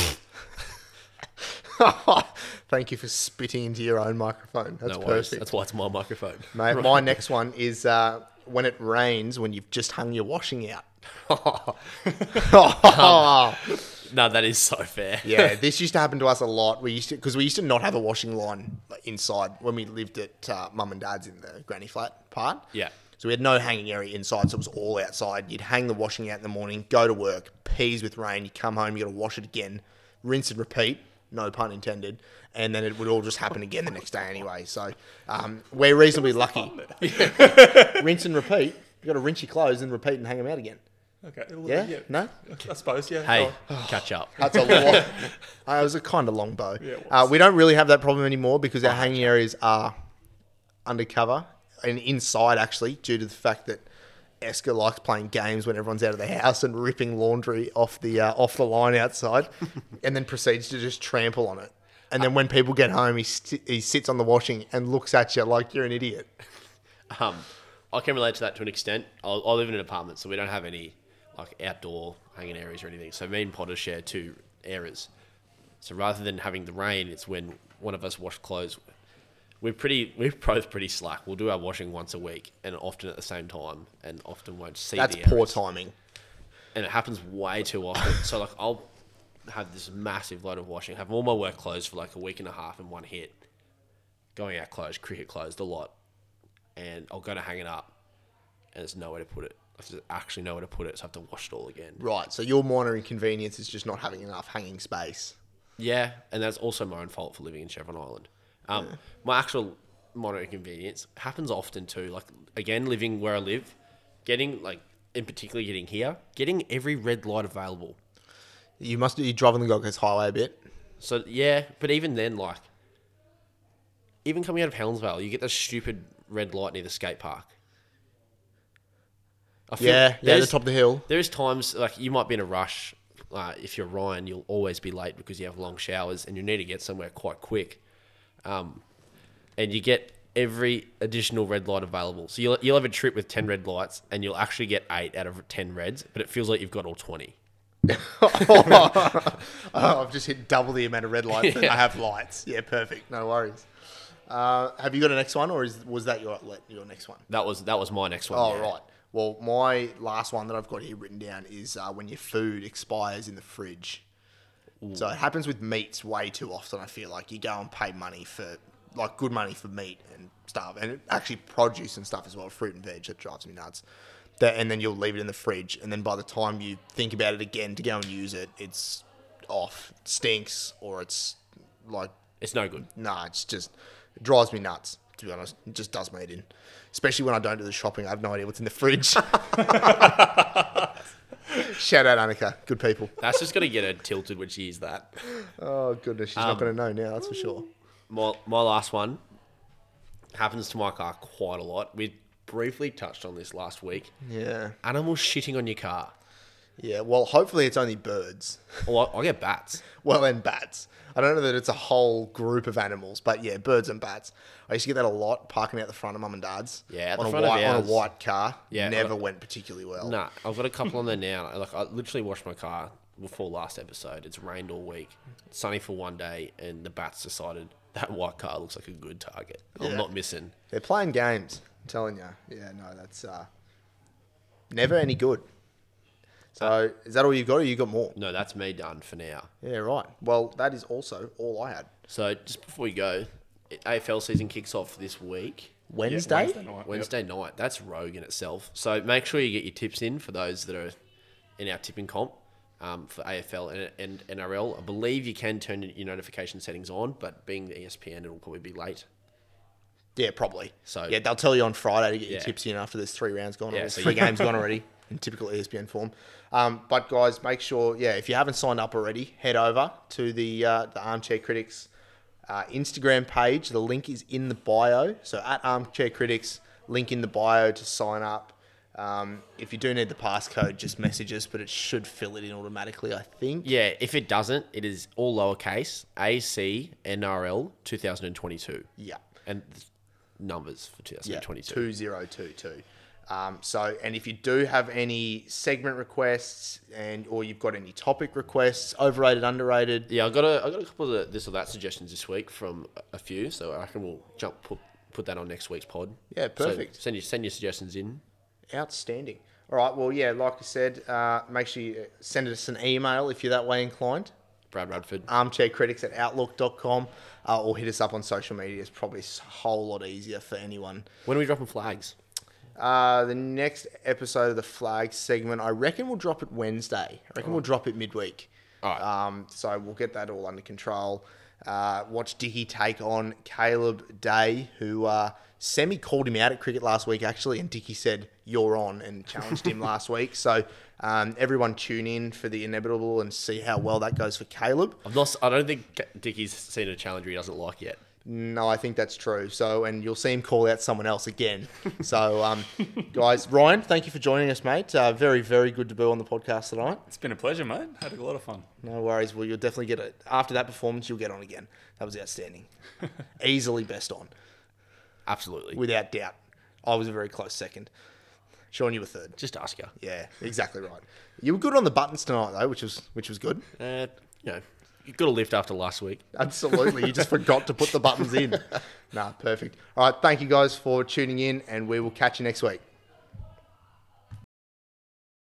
S2: Thank you for spitting into your own microphone. That's
S1: No worries.
S2: perfect.
S1: That's why it's my microphone.
S2: Mate, my next one is uh, when it rains when you've just hung your washing out.
S1: No, that is so fair.
S2: yeah, this used to happen to us a lot. We used to because we used to not have a washing line like, inside when we lived at uh, mum and dad's in the granny flat part.
S1: Yeah.
S2: So we had no hanging area inside, so it was all outside. You'd hang the washing out in the morning, go to work, peas with rain. You come home, you got to wash it again, rinse and repeat. No pun intended. And then it would all just happen again the next day anyway. So um, we're reasonably lucky. rinse and repeat. You got to rinse your clothes and repeat and hang them out again.
S3: Okay. well,
S2: Yeah? No?
S3: I suppose. Yeah.
S1: Hey,
S3: Oh,
S1: catch up.
S2: That's a long. uh, it was a kind of long bow.
S3: it
S2: uh, we don't really have that problem anymore because our hanging areas are undercover and inside actually, due to the fact that Esker likes playing games when everyone's out of the house and ripping laundry off the uh, off the line outside, and then proceeds to just trample on it. And then when people get home, he st- he sits on the washing and looks at you like you're an idiot.
S1: Um, I can relate to that to an extent. I, I live in an apartment, so we don't have any like outdoor hanging areas or anything. So me and Potter share two areas. So rather than having the rain, it's when one of us wash clothes. We're pretty. We're both pretty slack. We'll do our washing once a week, and often at the same time, and often won't see.
S2: That's
S1: the
S2: poor
S1: areas.
S2: timing.
S1: and it happens way too often. so like I'll have this massive load of washing, have all my work clothes for like a week and a half in one hit, going out clothes, cricket clothes, the lot, and I'll go to hang it up, and there's nowhere to put it. There's actually nowhere to put it, so I have to wash it all again.
S2: Right. So your minor inconvenience is just not having enough hanging space.
S1: Yeah, and that's also my own fault for living in Chevron Island. Um, My actual minor inconvenience happens often too. Like again, living where I live, getting like in particular getting here, getting every red light available.
S2: You must you drive on the Gold Coast Highway a bit.
S1: So yeah, but even then, like, even coming out of Helensvale, you get that stupid red light near the skate park. I feel
S2: Yeah, yeah, the
S1: there's-
S2: top of the hill.
S1: There's times like you might be in a rush. Uh, if you're Ryan, you'll always be late because you have long showers and you need to get somewhere quite quick. Um, and you get every additional red light available. So you'll you'll have a trip with ten red lights, and you'll actually get eight out of ten reds, but it feels like you've got all twenty.
S2: Oh, I've just hit double the amount of red lights than I have lights. Yeah, perfect. No worries. Uh, have you got a next one, or is was that your your next one?
S1: That was that was my next one.
S2: Oh,
S1: yeah.
S2: right. Well, my last one that I've got here written down is uh, when your food expires in the fridge. So it happens with meats way too often. I feel like you go and pay money for like good money for meat and stuff, and actually produce and stuff as well, fruit and veg. That drives me nuts. That, and then you'll leave it in the fridge, and then by the time you think about it again to go and use it, it's off, it stinks, or it's like
S1: It's no good.
S2: Nah, it's just it drives me nuts. To be honest, it just does me in. Especially when I don't do the shopping, I have no idea what's in the fridge. Shout out Annika, good people.
S1: That's just gonna get her tilted when she is that.
S2: Oh goodness, she's not going to know now, that's for sure.
S1: My my last one happens to my car quite a lot. We briefly touched on this last week.
S2: Yeah,
S1: Animals shitting on your car.
S2: yeah. Well, hopefully it's only birds.
S1: Well, I, I get bats.
S2: Well, and bats. I don't know that it's a whole group of animals, but yeah, birds and bats. I used to get that a lot parking out the front of mum and dad's.
S1: Yeah, at the
S2: on
S1: front
S2: a
S1: of
S2: white on a
S1: ours.
S2: white car.
S1: Yeah,
S2: Yeah, never
S1: uh,
S2: went particularly well.
S1: Nah, I've got a couple on there now. Like I literally washed my car before last episode. It's rained all week, sunny for one day, and the bats decided that white car looks like a good target. I'm
S2: Yeah.
S1: not missing.
S2: They're playing games. I'm telling you. Yeah, no, that's uh, never any good. So is that all you've got, or you got more?
S1: No, that's me done for now.
S2: Yeah, right. Well, that is also all I had.
S1: So just before we go, AFL season kicks off this week.
S6: Wednesday?
S3: night.
S1: Wednesday night. That's rogue in itself. So make sure you get your tips in for those that are in our tipping comp um, for AFL and, and NRL. I believe you can turn your notification settings on, but being the E ESPN, it'll probably be late.
S2: Yeah, probably.
S1: So-
S2: yeah, they'll tell you on Friday to get your
S1: Yeah.
S2: tips in after there's three rounds gone.
S1: Yeah,
S2: Yeah, there's
S1: so
S2: three
S1: you-
S2: games gone already in typical E ESPN form. Um, but guys, make sure yeah, if you haven't signed up already, head over to the uh, the Armchair Critics uh, Instagram page. The link is in the bio. So at Armchair Critics, link in the bio to sign up. Um, if you do need the passcode, just message us, but it should fill it in automatically, I think.
S1: Yeah, if it doesn't, it is all lowercase ACNRL 2022.
S2: Yeah.
S1: And th- numbers for 2022.
S2: Two zero two two. Um, so, and if you do have any segment requests and or you've got any topic requests, overrated, underrated,
S1: Yeah, I got a I got a couple of the, this or that suggestions this week from a- a few, so I reckon we'll jump put put that on next week's pod.
S2: Yeah,
S1: So
S2: perfect.
S1: send your send your suggestions in.
S2: outstanding. All right. Well, yeah, like I said, uh, make sure you send us an email if you're that way inclined.
S1: Brad Radford.
S2: armchaircritics at outlook.com uh, or hit us up on social media. It's probably a whole lot easier for anyone.
S1: when are we dropping flags?
S2: Uh, the next episode of the flag segment, I reckon we'll drop it Wednesday. I reckon we'll drop it midweek.
S1: Alright.
S2: Um, so we'll get that all under control. Uh, watch Dicky take on Caleb Day, who uh, Semi called him out at cricket last week, actually, and Dicky said, You're on, and challenged him last week. So um, everyone tune in for the inevitable and see how well that goes for Caleb.
S1: I've not. I don't think Ca- Dickie's seen a challenger he doesn't like yet.
S2: No, I think that's true. So, and you'll see him call out someone else again. So, um, guys, Ryan, thank you for joining us, mate. Uh, very, very good to be on the podcast tonight.
S3: It's been a pleasure, mate. Had a lot of fun.
S2: No worries. Well, you'll definitely get it after that performance. You'll get on again. That was outstanding. Easily best on,
S1: Absolutely.
S2: without doubt. I was a very close second. Sean, you were third.
S1: Just ask her.
S2: Yeah, exactly right. You were good on the buttons tonight, though, which was which was good.
S1: Uh, you know, you got a lift after last week.
S2: Absolutely. You just forgot to put the buttons in. Nah, perfect. All right. Thank you guys for tuning in, and we will catch you next week.